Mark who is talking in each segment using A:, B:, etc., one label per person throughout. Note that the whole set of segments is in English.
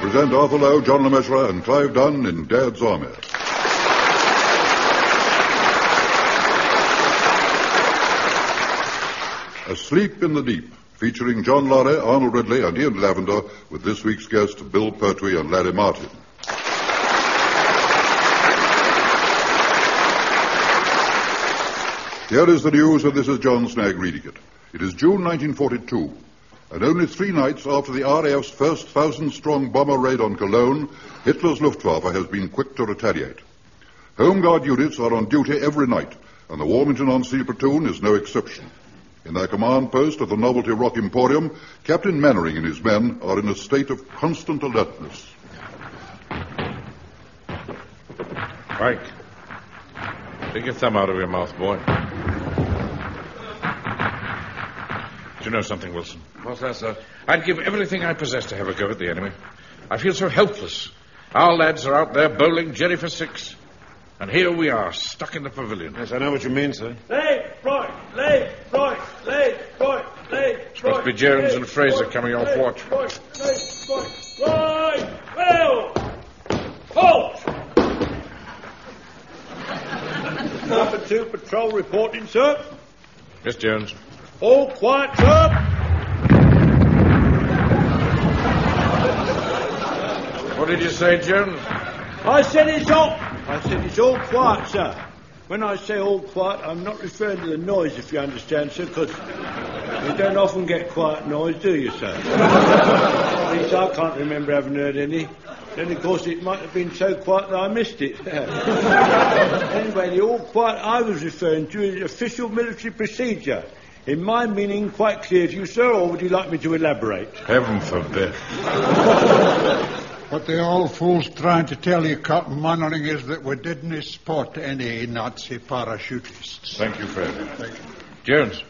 A: Brent Arthurlow, John Lemessurier, and Clive Dunn in Dad's Army. Asleep in the Deep, featuring John Lorry, Arnold Ridley, and Ian Lavender, with this week's guests Bill Pertwee and Larry Martin. Here is the news, and this is John Snag reading it. It is June 1942, and only three nights after the RAF's first thousand-strong bomber raid on Cologne, Hitler's Luftwaffe has been quick to retaliate. Home Guard units are on duty every night, and the Warmington-on-Sea platoon is no exception. In their command post at the Novelty Rock Emporium, Captain Mannering and his men are in a state of constant alertness.
B: Mike, take your thumb out of your mouth, boy. Do you know something, Wilson? What's that, sir? I'd give everything I possess to have a go at the enemy. I feel so helpless. Our lads are out there bowling jerry for six. And here we are, stuck in the pavilion.
C: Yes, I know what you mean, sir.
D: Lefroy, Lefroy, Lefroy, Lefroy.
B: Must be Jones and Fraser coming off watch.
D: Lefroy, Lefroy, Right, well, halt! Number two patrol reporting, sir.
B: Miss Jones.
D: All quiet, sir.
B: What did you say, Jones?
D: I said it's all. I said it's all quiet, sir. When I say all quiet, I'm not referring to the noise, if you understand, sir, because you don't often get quiet noise, do you, sir? At least I can't remember having heard any. Then, of course, it might have been so quiet that I missed it. anyway, the all quiet I was referring to is official military procedure. In my meaning, quite clear to you, sir, or would you like me to elaborate?
B: Heaven forbid.
E: What the old fool's trying to tell you, Captain Mannering, is that we didn't spot any Nazi parachutists.
B: Thank you, Fraser. Thank you. Jones,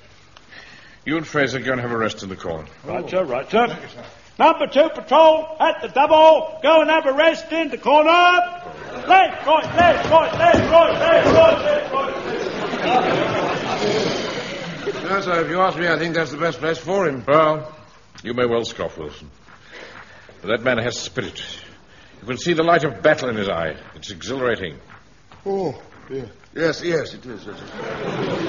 B: you and Fraser go and have a rest in the corner.
D: Right, sir, right, sir. Number two patrol at the double. Go and have a rest in the corner. Left, right, left, right, left, right, left, right, left, right.
C: No, sir, if you ask me, I think that's the best place for him.
B: Well, you may well scoff, Wilson. But that man has spirit. You can see the light of battle in his eye. It's exhilarating.
E: Oh, dear.
C: Yes, yes, it is. It is.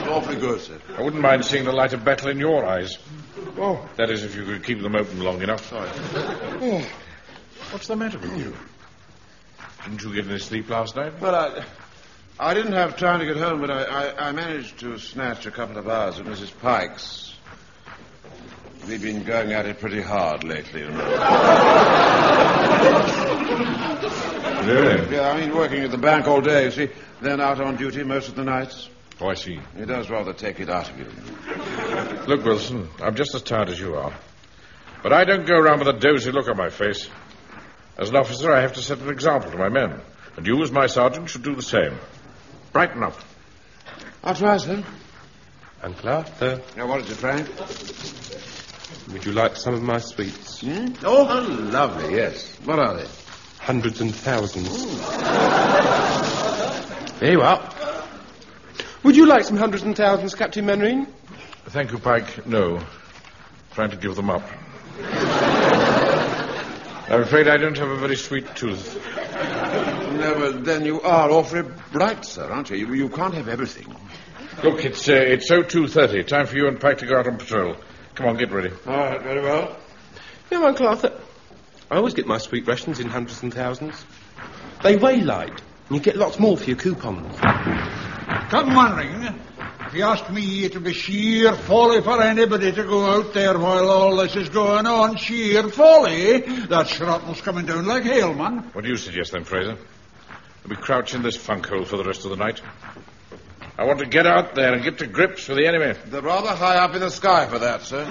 C: Awfully good, sir.
B: I wouldn't mind seeing the light of battle in your eyes.
E: Oh,
B: That is, if you could keep them open long enough.
E: oh.
B: What's the matter with you? Didn't you get any sleep last night?
C: Well, I, I didn't have time to get home, but I, I, I managed to snatch a couple of hours at Mrs. Pike's. We've been going at it pretty hard lately, you know.
B: Really?
C: Yeah, I mean, working at the bank all day, you see, then out on duty most of the nights.
B: Oh, I see.
C: It does rather take it out of you.
B: Look, Wilson, I'm just as tired as you are. But I don't go around with a dozy look on my face. As an officer, I have to set an example to my men. And you, as my sergeant, should do the same. Brighten up.
C: I'll try, sir.
F: And laughter.
C: Now, what is it, Frank?
F: Would you like some of my sweets?
C: Hmm? Oh, how lovely, yes. What are they?
F: Hundreds and thousands.
C: There you are.
F: Would you like some hundreds and thousands, Captain Mannering?
B: Thank you, Pike. No. Trying to give them up. I'm afraid I don't have a very sweet tooth.
C: No, but then you are awfully bright, sir, aren't you? You, you can't have everything.
B: Look, it's uh, it's 02.30. Time for you and Pike to go out on patrol. Come on, get ready.
C: All right, very well.
F: No, Uncle Arthur. I always get my sweet rations in hundreds and thousands. They weigh light, and you get lots more for your coupons.
E: Captain Mannering, if you ask me, it'll be sheer folly for anybody to go out there while all this is going on. Sheer folly. That shrapnel's coming down like hail, man.
B: What do you suggest then, Fraser? That we crouch in this funk hole for the rest of the night. I want to get out there and get to grips with the enemy.
C: They're rather high up in the sky for that, sir.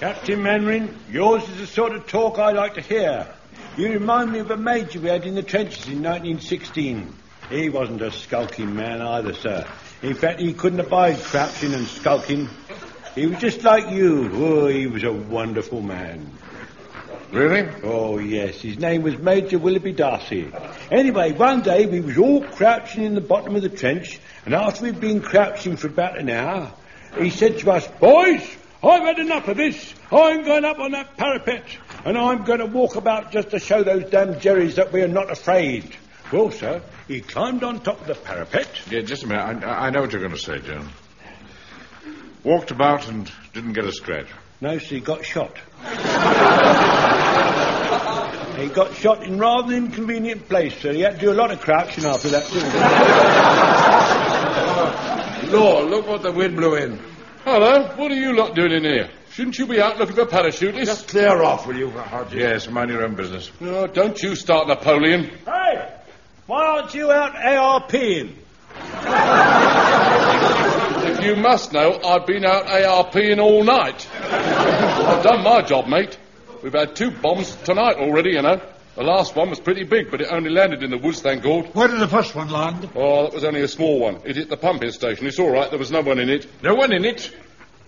D: Captain Mannering, yours is the sort of talk I like to hear. You remind me of a major we had in the trenches in 1916. He wasn't a skulking man either, sir. In fact, he couldn't abide crouching and skulking. He was just like you. Oh, he was a wonderful man.
B: Really?
D: Oh, yes, his name was Major Willoughby Darcy. Anyway, one day we was all crouching in the bottom of the trench, and after we'd been crouching for about an hour, he said to us, Boys, I've had enough of this. I'm going up on that parapet. And I'm going to walk about just to show those damn Jerrys that we are not afraid. Well, sir, he climbed on top of the parapet.
G: Yeah, just a minute. I, I know what you're going to say, Joan. Walked about and didn't get a scratch.
D: No, sir, he got shot. he got shot in rather an inconvenient place, sir. He had to do a lot of crouching after that, didn't he?
B: Lord, look what the wind blew in. Hello, what are you lot doing in here? Shouldn't you be out looking for parachutists?
C: Just clear off, will you, Hodges?
G: Yes, mind your own business.
B: No, don't you start Napoleon.
D: Hey! Why aren't you out ARPing?
B: If you must know, I've been out ARPing all night. I've done my job, mate. We've had two bombs tonight already, you know. The last one was pretty big, but it only landed in the woods, thank God.
E: Where did the first one land?
B: Oh, that was only a small one. It hit the pumping station. It's all right. There was no one in it.
G: No one in it.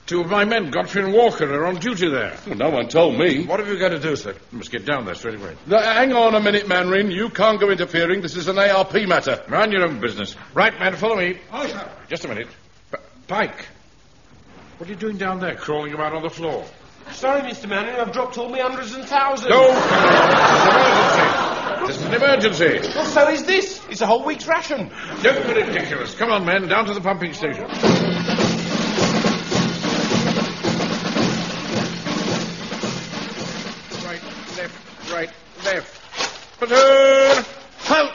G: Two of my men, Godfrey and Walker, are on duty there.
B: Well, Oh, no one told me.
G: What have you got to do, sir? You must get down there straight away.
B: No, hang on a minute, Manrin. You can't go interfering. This is an ARP matter.
G: Mind your own business. Right, man, follow me.
E: Aye, sir.
G: Just a minute. P- Pike, what are you doing down there, crawling about on the floor?
F: Sorry, Mr. Manning, I've dropped all my hundreds and thousands.
G: No! It's an emergency. It's an emergency.
F: Well, so is this. It's a whole week's ration.
G: Don't be ridiculous. Come on, men, down to the pumping station. Right, left, right, left. Platoon! Halt!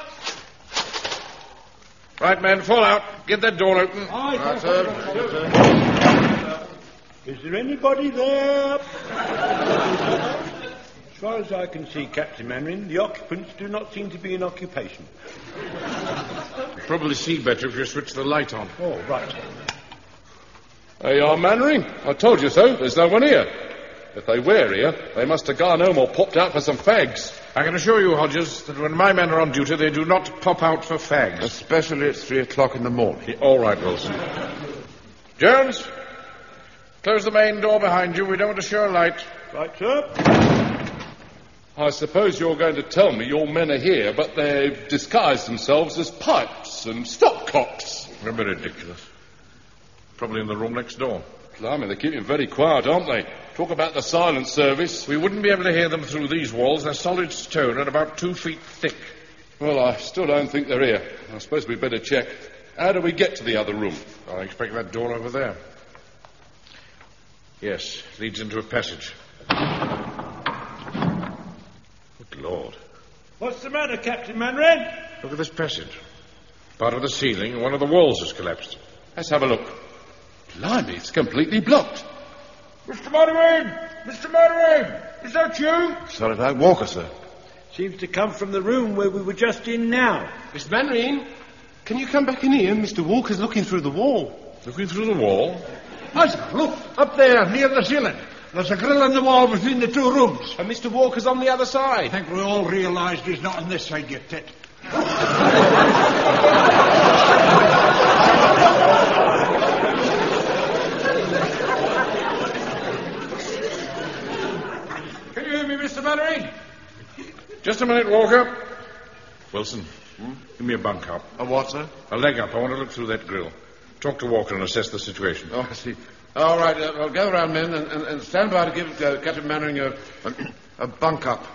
G: Right, men, fall out. Get that door open.
D: Aye, sir. Is there anybody there? as far as I can see, Captain Manrin, the occupants do not seem to be in occupation.
G: Probably see better if you switch the light on.
D: Oh, right.
B: Hey, you are, Manring. I told you so. There's no one here. If they were here, they must have gone home or popped out for some fags.
G: I can assure you, Hodges, that when my men are on duty, they do not pop out for fags.
C: Especially at three o'clock in the morning.
G: All right, Wilson. Jones, close the main door behind you. We don't want to show a light.
D: Right, sir.
B: I suppose you're going to tell me your men are here, but they've disguised themselves as pipes and stopcocks.
G: Remember, ridiculous. Probably in the room next door.
B: Blimey, they're keeping very quiet, aren't they? Talk about the silent service.
G: We wouldn't be able to hear them through these walls. They're solid stone and about two feet thick.
B: Well, I still don't think they're here. I suppose we'd better check. How do we get to the other room?
G: I expect that door over there. Yes, leads into a passage. Good Lord.
D: What's the matter, Captain Manrin?
G: Look at this passage. Part of the ceiling, one of the walls has collapsed.
B: Let's have a look. Blimey, it's completely blocked.
G: Mr. Motorhead! Mr. Motorhead! Is that you?
C: Sorry about Walker, sir.
D: Seems to come from the room where we were just in now.
F: Mr. Manning, can you come back in here? Mr. Walker's looking through the wall.
G: Looking through the wall?
E: Aye, sir. Look, up there, near the ceiling. There's a grill in the wall between the two rooms.
F: And Mr. Walker's on the other
E: I
F: side.
E: think we all realised he's not on this side, you tit.
G: Can you hear me, Mr. Manning? Just a minute, Walker. Wilson, give me a bunk up.
C: A what, sir?
G: A leg up. I want to look through that grill. Talk to Walker and assess the situation.
C: Oh, I see. All right, uh, well, gather round, men, and, and, and stand by to give uh, Captain Mannering a, a bunk up.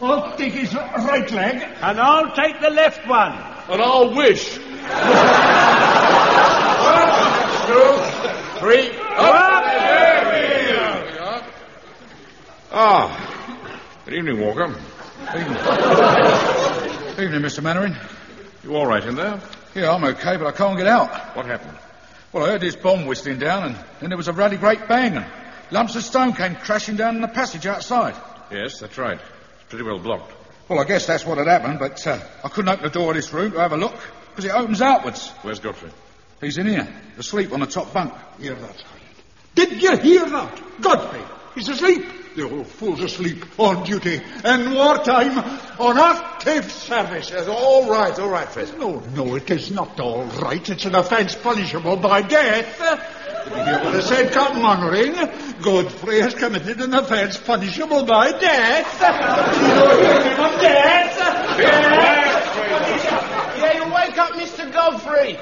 E: I'll take his right leg.
D: And I'll take the left one.
B: And I'll wish.
G: Three. Ah. Good evening, Walker.
H: Evening, Mr. Mannering.
G: You all right in there?
H: Yeah, I'm okay, but I can't get out.
G: What happened?
H: Well, I heard this bomb whistling down, and then there was a ruddy great bang, and lumps of stone came crashing down in the passage outside.
G: Yes, that's right. It's pretty well blocked.
H: Well, I guess that's what had happened, but uh, I couldn't open the door of this room to have a look, because it opens outwards.
G: Where's Godfrey?
H: He's in here, asleep on the top bunk.
E: Hear that, Sergeant? Did you hear that? Godfrey, he's asleep. The old fool's asleep on duty in wartime on active service.
C: Yes, all right, all right, Fred.
E: No, no, it is not all right. It's an offence punishable by death. The said Captain Mannering, Godfrey has committed an offence punishable by death. You don't hear him on death.
F: Yeah, you wake up, Mr. Godfrey.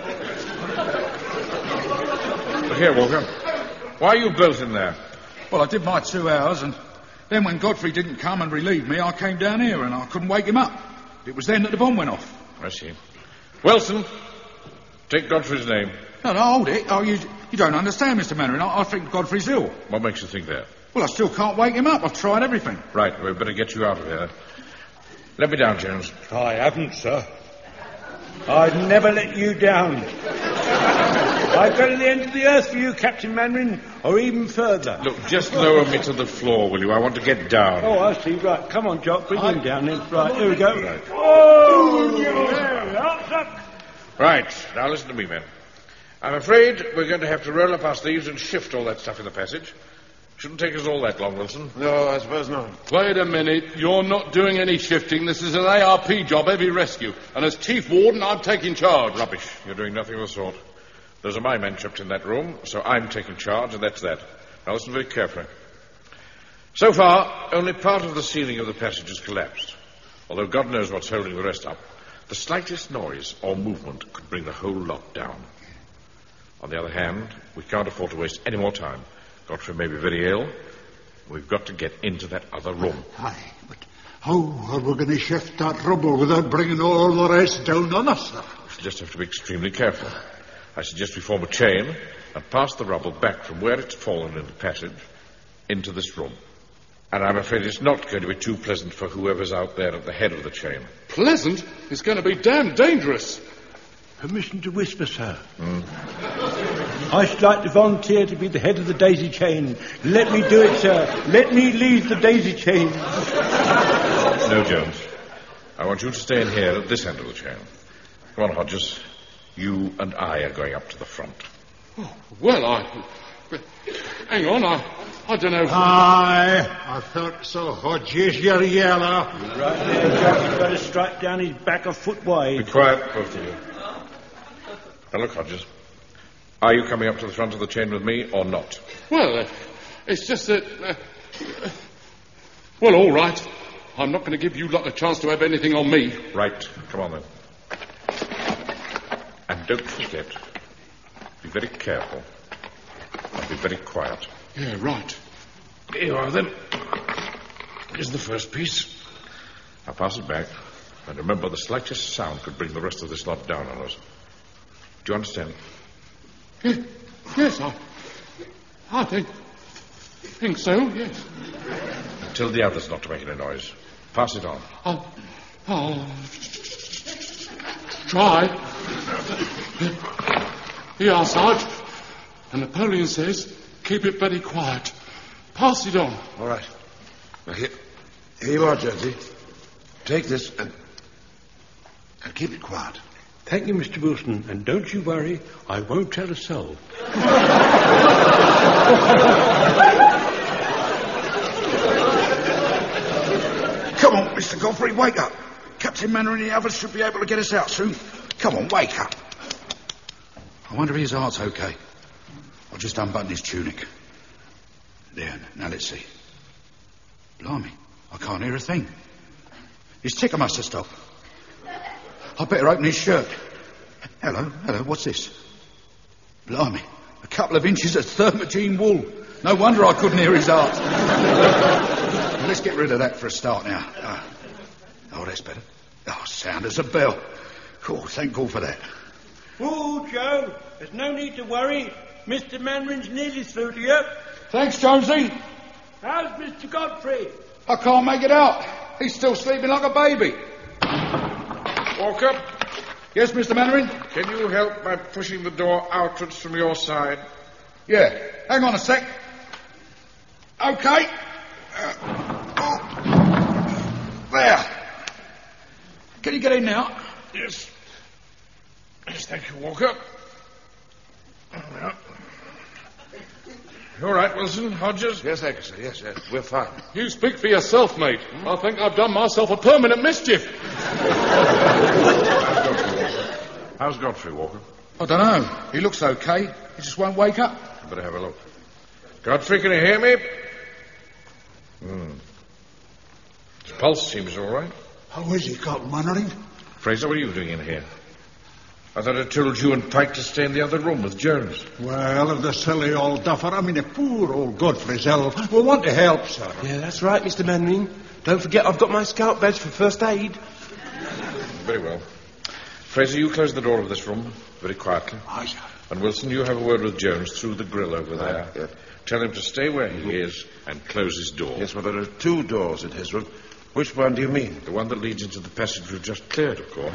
G: Look here, Walker. Why are you both in there?
H: Well, I did my two hours, and
I: Then when Godfrey didn't come and relieve me, I came down here and I couldn't wake him up. It was then that the bomb went off.
G: I see. Wilson, take Godfrey's name.
I: No, no, hold it. Oh, you, you don't understand, Mr. Mannering. I, I think Godfrey's ill.
G: What makes you think that?
I: Well, I still can't wake him up. I've tried everything.
G: Right, we'd better get you out of here. Let me down, Jones.
F: I haven't, sir. I'd never let you down. I'd go to the end of the earth for you, Captain Manrin, or even further.
G: Look, just lower me to the floor, will you? I want to get down.
D: Oh, I see. Right, come on, Jock, bring him down then. Right, here we go.
F: Oh, you up, sir.
G: Right, now listen to me, men. I'm afraid we're going to have to roll up our sleeves and shift all that stuff in the passage. Shouldn't take us all that long, Wilson.
C: No, I suppose not.
B: Wait a minute. You're not doing any shifting. This is an ARP job, heavy rescue. And as chief warden, I'm taking charge.
G: Rubbish. You're doing nothing of the sort. Those are my men trapped in that room, so I'm taking charge, and that's that. Now listen very carefully. So far, only part of the ceiling of the passage has collapsed, although God knows what's holding the rest up. The slightest noise or movement could bring the whole lot down. On the other hand, we can't afford to waste any more time. Godfrey may be very ill. We've got to get into that other room.
E: Aye, but how are we going to shift that rubble without bringing all the rest down on us, sir?
G: We just have to be extremely careful. I suggest we form a chain and pass the rubble back from where it's fallen in the passage into this room. And I'm afraid it's not going to be too pleasant for whoever's out there at the head of the chain.
B: Pleasant? It's going to be damn dangerous.
D: Permission to whisper, sir. I should like to volunteer to be the head of the daisy chain. Let me do it, sir. Let me lead the daisy chain.
G: No, Jones. I want you to stay in here at this end of the chain. Come on, Hodges. You and I are going up to the front.
B: Well, I. but- Hang on, I. I don't know.
E: Aye, I thought so, oh, Hodges, you're yellow.
D: Right there, Jock. You've got to strike down his back a foot
G: Be
D: wide.
G: quiet, both of you. Now, look, Hodges. Are you coming up to the front of the chain with me or not?
B: Well, uh, it's just that. Uh, uh, well, all right. I'm not going to give you lot a chance to have anything on me.
G: Right. Come on, then. And don't forget, be very careful and be very quiet.
B: Yeah, right.
G: Here you are, then. Here's the first piece. Now pass it back. And remember, the slightest sound could bring the rest of this lot down on us. Do you understand?
B: Yeah, yes, I. I think. Think so, yes.
G: Tell the others not to make any noise. Pass it on.
B: I'll. I'll. Try. Here, are, Sarge. And Napoleon says, keep it very quiet. Pass it on.
C: All right. Now, here, here you are, Josie. Take this and, and keep it quiet.
F: Thank you, Mr. Wilson, and don't you worry, I won't tell a soul.
I: Come on, Mr. Godfrey, wake up. Captain Manor and the others should be able to get us out soon. Come on, wake up. I wonder if his heart's okay. I'll just unbutton his tunic. There, now let's see. Blimey, I can't hear a thing. His ticker must have stopped. I'd better open his shirt. Hello, hello, what's this? Blimey, a couple of inches of thermogene wool. No wonder I couldn't hear his heart. Well, let's get rid of that for a start now. Uh, oh, that's better. Oh, sound as a bell. Cool, thank God for that.
D: Oh, Joe, there's no need to worry. Mr. Mandarin's nearly through to you.
I: Thanks, Jonesy.
D: How's Mr. Godfrey?
I: I can't make it out. He's still sleeping like a baby.
G: Walker,
I: Yes, Mr. Mannering?
G: can you help by pushing the door outwards from your side?
I: Yeah. Hang on a sec. Okay. Uh, oh. There. Can you get in now?
G: Yes. Yes, thank you, Walker. You all right, Wilson? Hodges?
C: Yes, Agatha, yes, yes. We're fine.
B: You speak for yourself, mate. I think I've done myself a permanent mischief.
G: How's Godfrey, Walker?
I: I don't know.
G: Oh.
I: He looks okay. He just won't wake up.
G: I better have a look. Godfrey, can you hear me? Hmm. His pulse seems all right.
E: How is he got, Mannering?
G: Fraser, what are you doing in here? I thought I told you and Pike to stay in the other room with Jones.
E: Well, if the silly old duffer, I mean, the poor old Godfrey's ill, will want to help, sir.
F: Yeah, that's right, Mr. Mannering. Don't forget I've got my scout badge for first aid.
G: Very well. Fraser, you close the door of this room very quietly.
E: Aye, sir.
G: And Wilson, you have a word with Jones through the grill over there.
C: Uh,
G: Tell him to stay where he is and close his door.
C: Yes, well, there are two doors in his room. Which one do you mean?
G: The one that leads into the passage we've just cleared, of course.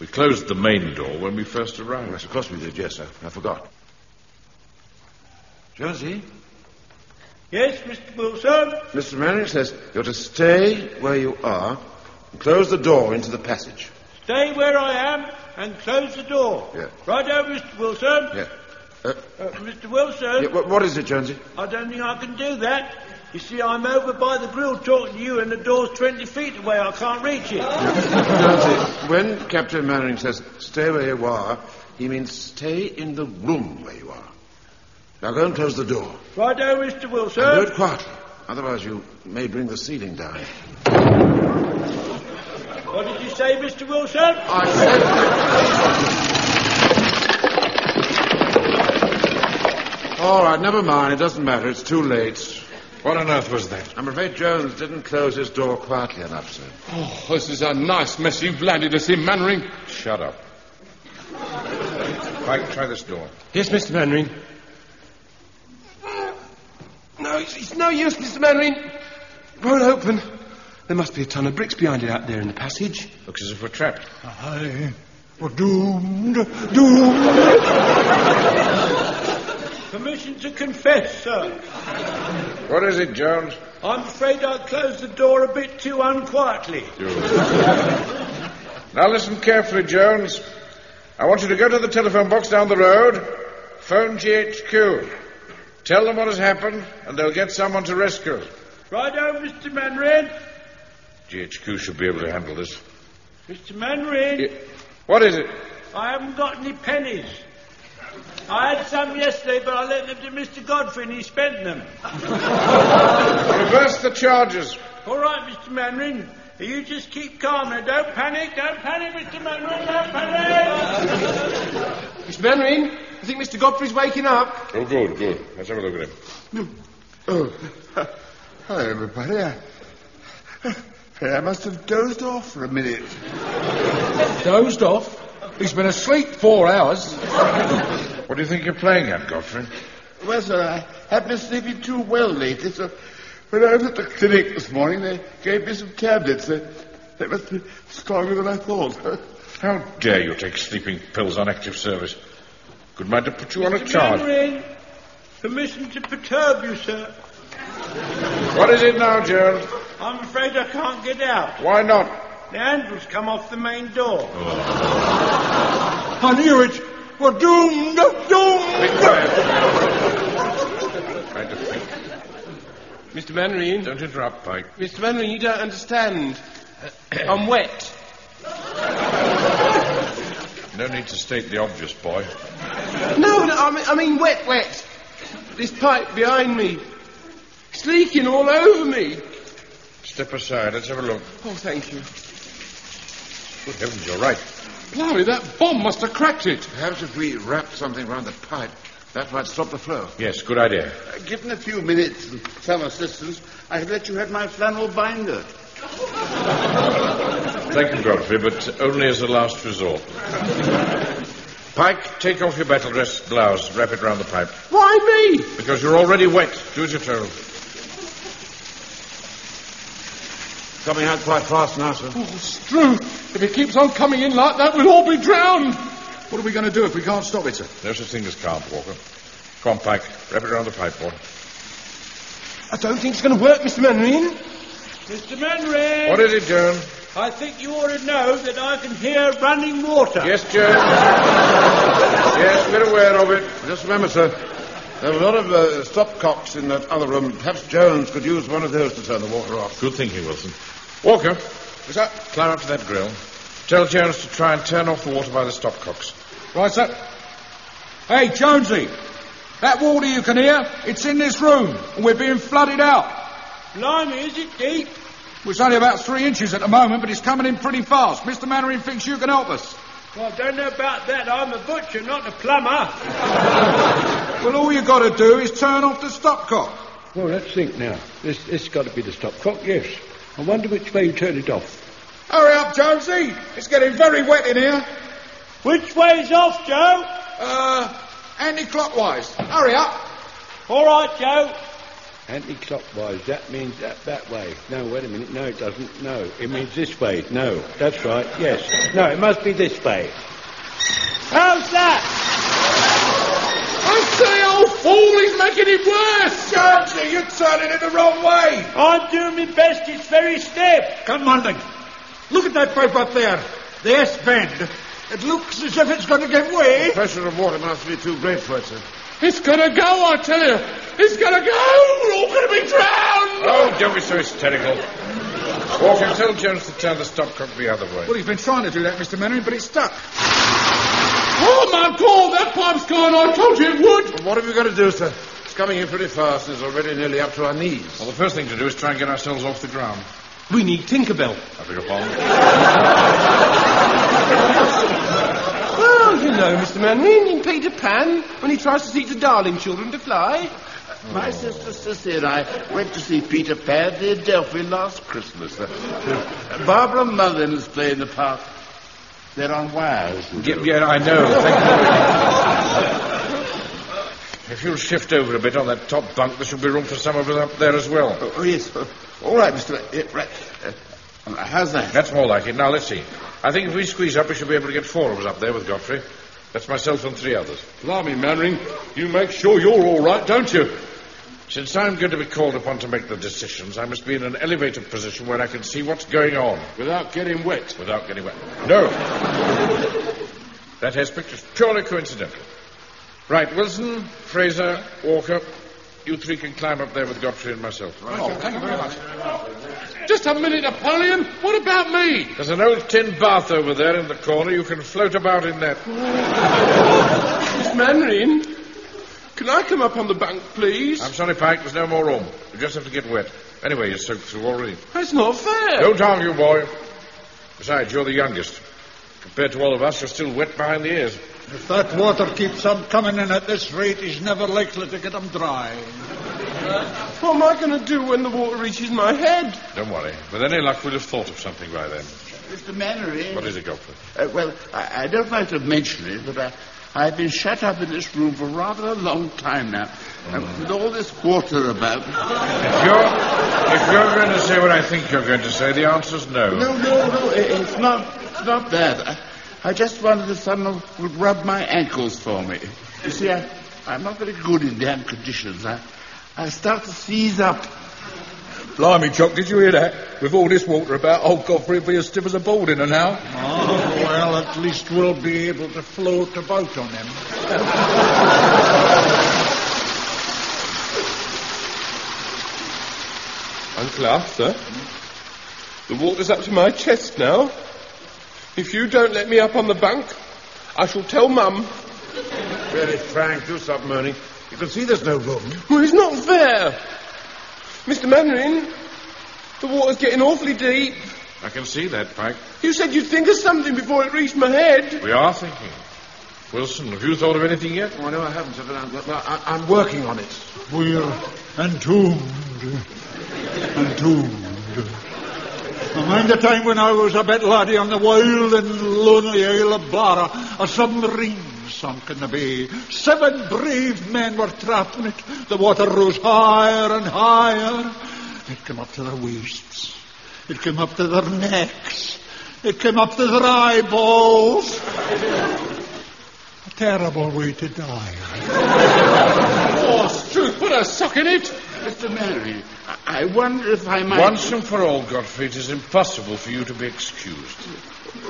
G: We closed the main door when we first arrived.
C: Yes, of course we did. Yes, sir. I forgot. Jonesy?
D: Yes, Mr. Wilson?
C: Mr. Mannering says you're to stay where you are and close the door into the passage.
D: Stay where I am and close the door.
C: Yeah.
D: Right over, Mr. Wilson.
C: Yeah. Uh,
D: Uh, Mr. Wilson,
C: yeah, wh- what is it, Jonesy?
D: I don't think I can do that. You see, I'm over by the grill talking to you, and the door's 20 feet away. I can't reach it.
C: Jonesy, when Captain Mannering says stay where you are, he means stay in the room where you are. Now go and close the door.
D: Right over, Mr. Wilson.
C: And do it quietly. Otherwise you may bring the ceiling down.
D: What did you say, Mr. Wilson?
C: I said... All right, never mind. It doesn't matter. It's too late.
G: What on earth was that?
C: I'm afraid Jones didn't close his door quietly enough, sir.
B: Oh, this is a nice mess you've landed us in, Mannering.
G: Shut up. Pike, try this door.
F: Yes, Mr. Mannering. No, it's, it's no use, Mr. Mannering. It won't open. There must be a ton of bricks behind it out there in the passage.
G: Looks as if we're trapped.
E: Aye. We're doomed, doomed.
D: Permission to confess, sir.
G: What is it, Jones?
D: I'm afraid I closed the door a bit too unquietly.
G: Now listen carefully, Jones. I want you to go to the telephone box down the road, phone GHQ. Tell them what has happened, and they'll get someone to rescue us.
D: Right over, Mr. Manrin.
G: GHQ should be able to handle this.
D: Mr. Manrin,
G: I- What is it?
D: I haven't got any pennies. I had some yesterday, but I lent them to Mr. Godfrey, and he spent them.
G: Reverse the charges.
D: All right, Mr. Manrin. You just keep calm and don't panic. Don't panic, Mr. Manrin. Don't panic.
F: Mr. Mannering, I think Mr. Godfrey's waking up.
G: Oh, good, good. Let's have a look at him.
I: Oh, hi everybody. I, I must have dozed off for a minute.
E: Dozed off. He's been asleep four hours.
G: What do you think you're playing at, Godfrey?
I: Well, sir, I have been sleeping too well lately, so when I was at the clinic this morning, they gave me some tablets. They, they must be stronger than I thought.
G: How dare you take sleeping pills on active service? Good mind to put you on a
D: Mr.
G: charge.
D: Manrin, permission to perturb you, sir.
G: What is it now, Jones?
D: I'm afraid I can't get out.
G: Why not?
D: The handle's come off the main door.
G: Oh.
E: I knew it. We're doomed, doomed.
G: I don't think.
F: Mr. Mannering.
G: Don't interrupt, Pike.
F: Mr. Mannering, you don't understand. I'm wet.
G: No need to state the obvious, boy.
F: No, no I, mean, I mean wet, wet. This pipe behind me. It's leaking all over me.
G: Step aside. Let's have a look.
F: Oh, thank you.
G: Good heavens, you're right.
B: Blimey, that bomb must have cracked it.
C: Perhaps if we wrapped something round the pipe, that might stop the flow.
G: Yes, good idea.
I: Uh, Given a few minutes and some assistance, I have let you have my flannel binder.
G: Thank you, Godfrey, but only as a last resort. Pike, take off your battle dress blouse, wrap it round the pipe.
F: Why me?
G: Because you're already wet. Do as you're told.
C: Coming out quite fast now, sir.
B: Oh, Struth, if it keeps on coming in like that, we'll all be drowned.
H: What are we going to do if we can't stop it, sir?
G: No such thing as calm, Walker. Come on, Pike. Wrap it round the pipe, boy.
F: I don't think it's going to work, Mr. Mannering.
D: Mr. Manrin,
G: What is it, Joan?
D: I think you ought to know that I can hear running water.
G: Yes, Joan. yes, we're aware of it.
C: Just remember, sir, there are a lot of uh, stopcocks in that other room. Perhaps Jones could use one of those to turn the water off.
G: Good thinking, Wilson. Walker. Is that? Climb up to that grill. Tell Jones to try and turn off the water by the stopcocks.
E: Right, sir. Hey, Jonesy. That water you can hear, it's in this room, and we're being flooded out.
D: Blimey, is it deep?
E: It's only about three inches at the moment, but it's coming in pretty fast. Mr. Mannering thinks you can help us.
D: Well, I don't know about that. I'm a butcher, not a plumber.
E: Well, all you got to do is turn off the stopcock.
J: Well, let's think now. This, this has got to be the stopcock, yes. I wonder which way you turned it off.
E: Hurry up, Jonesy. It's getting very wet in here.
D: Which way's off, Joe?
E: Uh, anti-clockwise. Hurry up.
D: All right, Joe.
J: Anti-clockwise, that means that that way. No, wait a minute. No, it doesn't. No, it means this way. No, that's right. Yes. No, it must be this way.
D: How's that?
I: I say, old fool, he's making it worse!
E: Jonesy, you're turning it the wrong way.
D: I'm doing my best. It's very stiff.
E: Come on, then. Look at that pipe up there. The S bend. It looks as if it's going to give way.
C: Pressure of water must be too great for it, sir.
I: It's gonna go, I tell you! It's gonna go! We're all gonna be drowned!
G: Oh, don't be so hysterical. Walker, tell Jones to turn the stopcock the other way.
E: Well, he's been trying to do that, Mr. Mannering, but it's stuck.
I: Oh, my God, that pipe's gone! I told you it would!
C: Well, what have we got to do, sir? It's coming in pretty fast. It's already nearly up to our knees.
G: Well, the first thing to do is try and get ourselves off the ground.
F: We need Tinkerbell.
G: I beg your pardon.
F: Well, Oh, you know, Mr. Mannering, in Peter Pan, when he tries to teach the darling children to fly.
I: My sister Sissy and I went to see Peter Pan at the Adelphi last Christmas. Uh, Barbara Mullen is playing the part. They're on wires.
G: Yeah, yeah, I know. Thank you. If you'll shift over a bit on that top bunk, there should be room for some of us up there as well.
I: Oh, oh, yes. Oh, All right, Mr. Ma- yeah, Right. Uh, How's that?
G: That's more like it. Now, let's see. I think if we squeeze up, we should be able to get four of us up there with Godfrey. That's myself and three others.
B: Blimey, Mannering, you make sure you're all right, don't you?
G: Since I'm going to be called upon to make the decisions, I must be in an elevated position where I can see what's going on
B: Without getting wet.
G: without getting wet. No! that aspect is purely coincidental. Right, Wilson, Fraser, Walker, you three can climb up there with Godfrey and myself.
B: Just a minute, Napoleon. What about me?
G: There's an old tin bath over there in the corner. You can float about in that.
F: Miss Mannering, can I come up on the bunk, please?
G: I'm sorry, Pike, there's no more room. You just have to get wet. Anyway, you're soaked through already.
F: That's not fair.
G: Don't argue, boy. Besides, you're the youngest. Compared to all of us, you're still wet behind the ears.
E: If that water keeps on coming in at this rate, he's never likely to get 'em dry.
F: What am I going to do when the water reaches my head?
G: Don't worry. With any luck, we'll have thought of something by then.
I: Mr. Mannering.
G: What is it, Godfrey?
I: Uh, well, I, I don't like to mention it, but I, I've been shut up in this room for rather a long time now. And with all this water about.
G: If you're, if you're going to say what I think you're going to say, the answer's no.
I: No, no, no, it, it's not it's not that. I, I just wanted that someone would rub my ankles for me. You see, I, I'm not very good in damp conditions. I, I start to seize up.
K: Blimey, Jock, did you hear that? With all this water about, old Godfrey will be as stiff as a board in an hour.
E: Oh, well, at least we'll be able to float about on him.
F: Uncle Arthur, the water's up to my chest now. If you don't let me up on the bunk, I shall tell Mum.
C: Really, Frank, do stop moaning. You can see there's no room.
F: Well, it's not fair. Mr. Mannering, the water's getting awfully deep.
G: I can see that, Pike.
F: You said you'd think of something before it reached my head.
G: We are thinking. Wilson, have you thought of anything yet?
C: Oh, no, I haven't, sir, but I'm, but I, I'm working on it.
E: We're entombed. Entombed. I mind the time when I was a bit laddie on the wild and lonely Isle of Barra, a submarine sunk in the bay. Seven brave men were trapped in it. The water rose higher and higher. It came up to their waists. It came up to their necks. It came up to their eyeballs. a terrible way to die.
B: Oh, truth, put a sock in it.
I: Mr. Mannering, I, I wonder if I might.
G: Once and for all, Godfrey, it is impossible for you to be excused.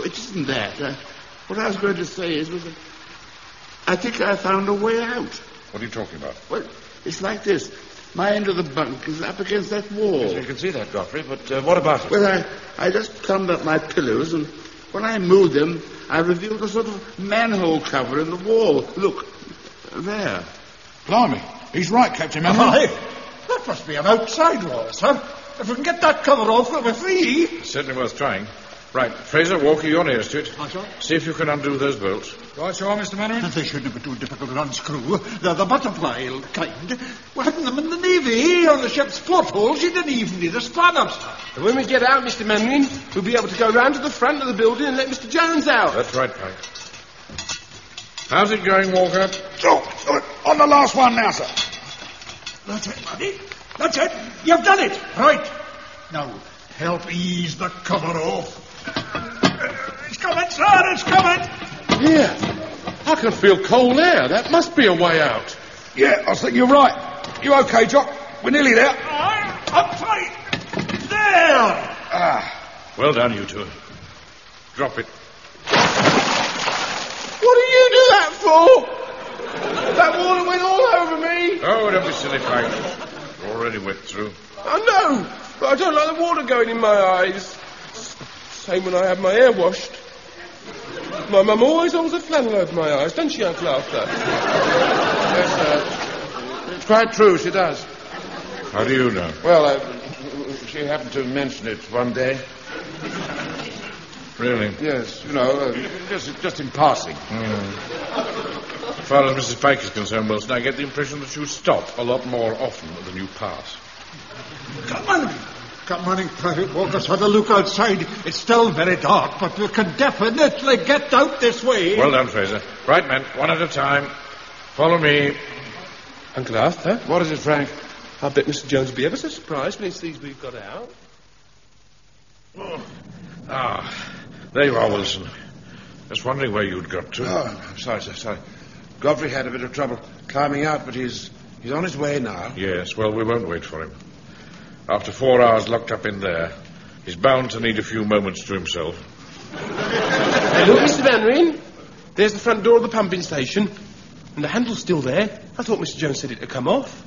I: It isn't that. Uh, what I was going to say is, was, that I think I found a way out.
G: What are you talking about?
I: Well, it's like this. My end of the bunk is up against that wall.
G: You can see that, Godfrey, but uh, what about it?
I: Well, I, I just plumbed up my pillows, and when I moved them, I revealed a sort of manhole cover in the wall. Look, there.
H: Blimey, he's right, Captain Mannering.
E: Aye, that must be an outside wall, sir. If we can get that cover off, we'll be free.
G: It's certainly worth trying. Right, Fraser, Walker, you're nearest to it.
E: Aye, sir.
G: See if you can undo those bolts.
E: Right, so, Mr. Mannering? They should never do difficult to unscrew. They're the butterfly kind. We had them in the Navy, on the ship's portholes. You didn't even need a spanner.
F: And when we get out, Mr. Mannering, we'll be able to go round to the front of the building and let Mr. Jones out.
G: That's right, Pike. How's it going, Walker?
H: Oh, on the last one now, sir.
E: That's it, buddy. That's it. You've done it. Right. Now, help ease the cover off. It's coming, sir. It's coming.
F: Yeah. I can feel cold air. That must be a way out.
H: Yeah, I think you're right. You okay, Jock? We're nearly there.
E: Up tight. There.
C: Ah.
G: Well done, you two. Drop it.
F: What do you do that for? That water went all over me.
G: Oh, don't be silly, Pike. You're already wet through.
F: I know, but I don't like the water going in my eyes. Same when I have my hair washed. My mum always holds a flannel over my eyes, doesn't she, Uncle Arthur? yes,
C: uh,
F: sir. It's quite true, she does.
G: How do you know?
C: Well, uh, she happened to mention it one day.
G: Really?
C: Yes, you know, uh, just, just in passing.
G: Hmm. As far as Mrs. Pike is concerned, Wilson, I get the impression that you stop a lot more often than you pass.
E: Come on. Come on, Private Walker's had a look outside. It's still very dark, but we can definitely get out this way.
G: Well done, Fraser. Right, men, one at a time. Follow me.
F: Uncle Arthur?
C: What is it, Frank?
F: I bet Mr. Jones will be ever so surprised when he sees we've got out.
G: Oh. Ah, there you are, Wilson. Just wondering where you'd got to.
C: Oh, I'm sorry, sir, sorry. Godfrey had a bit of trouble climbing out, but he's he's on his way now.
G: Yes, well, we won't wait for him. After four hours locked up in there, he's bound to need a few moments to himself.
F: Hey, look, Mr. Mannering. There's the front door of the pumping station. And the handle's still there. I thought Mr. Jones said it had come off.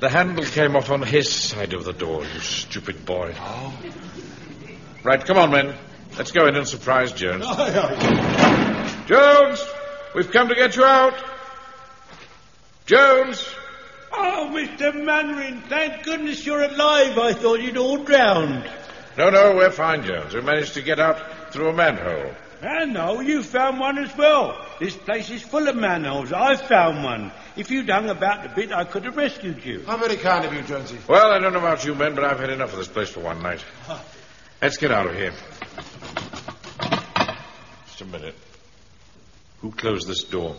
G: The handle came off on his side of the door, you stupid boy. Oh. Right, come on, men. Let's go in and surprise Jones. Jones! We've come to get you out! Jones!
D: Oh, Mr. Mannering, thank goodness you're alive. I thought you'd all drowned.
G: No, no, we're fine, Jones. We managed to get out through a manhole.
D: Manhole? You found one as well. This place is full of manholes. I found one. If you'd hung about a bit, I could have rescued you.
C: How very kind of you, Jonesy.
G: Well, I don't know about you men, but I've had enough of this place for one night. Let's get out of here. Just a minute. Who closed this door?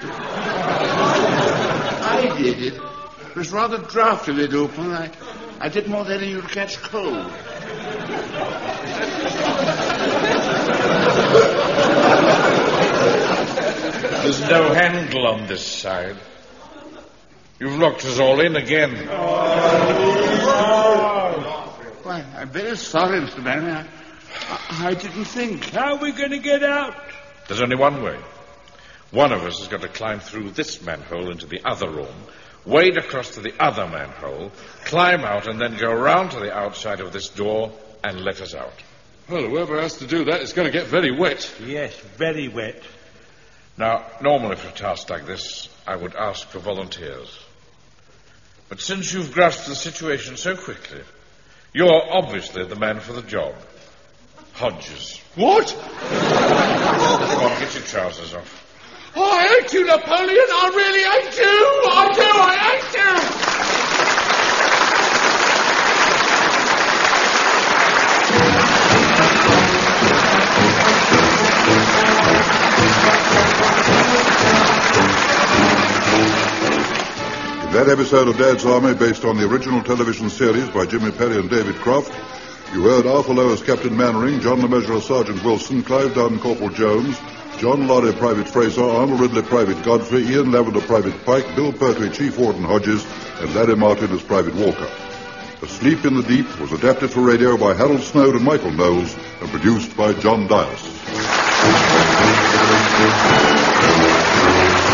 I: I did it. It was rather drafty when it opened. I, I did more than you'd catch cold.
G: There's no handle on this side. You've locked us all in again.
I: Why, I'm very sorry, Mr. Manning. I, I, I didn't think.
D: How are we going to get out?
G: There's only one way. One of us has got to climb through this manhole into the other room, wade across to the other manhole, climb out, and then go round to the outside of this door and let us out.
B: Well, whoever has to do that is going to get very wet.
D: Yes, very wet.
G: Now, normally for a task like this, I would ask for volunteers. But since you've grasped the situation so quickly, you're obviously the man for the job. Hodges.
F: What?
G: Come on, get your trousers off.
F: I hate you, Napoleon. I really hate you. I do. I hate you.
A: In that episode of Dad's Army, based on the original television series by Jimmy Perry and David Croft, you heard Arthur Lowe as Captain Mannering, John the Measurer Sergeant Wilson, Clive Dunn Corporal Jones, John Lorry Private Fraser, Arnold Ridley Private Godfrey, Ian Lavender Private Pike, Bill Pertwee Chief Warden Hodges, and Larry Martin as Private Walker. Asleep in the Deep was adapted for radio by Harold Snowd and Michael Knowles and produced by John Dias.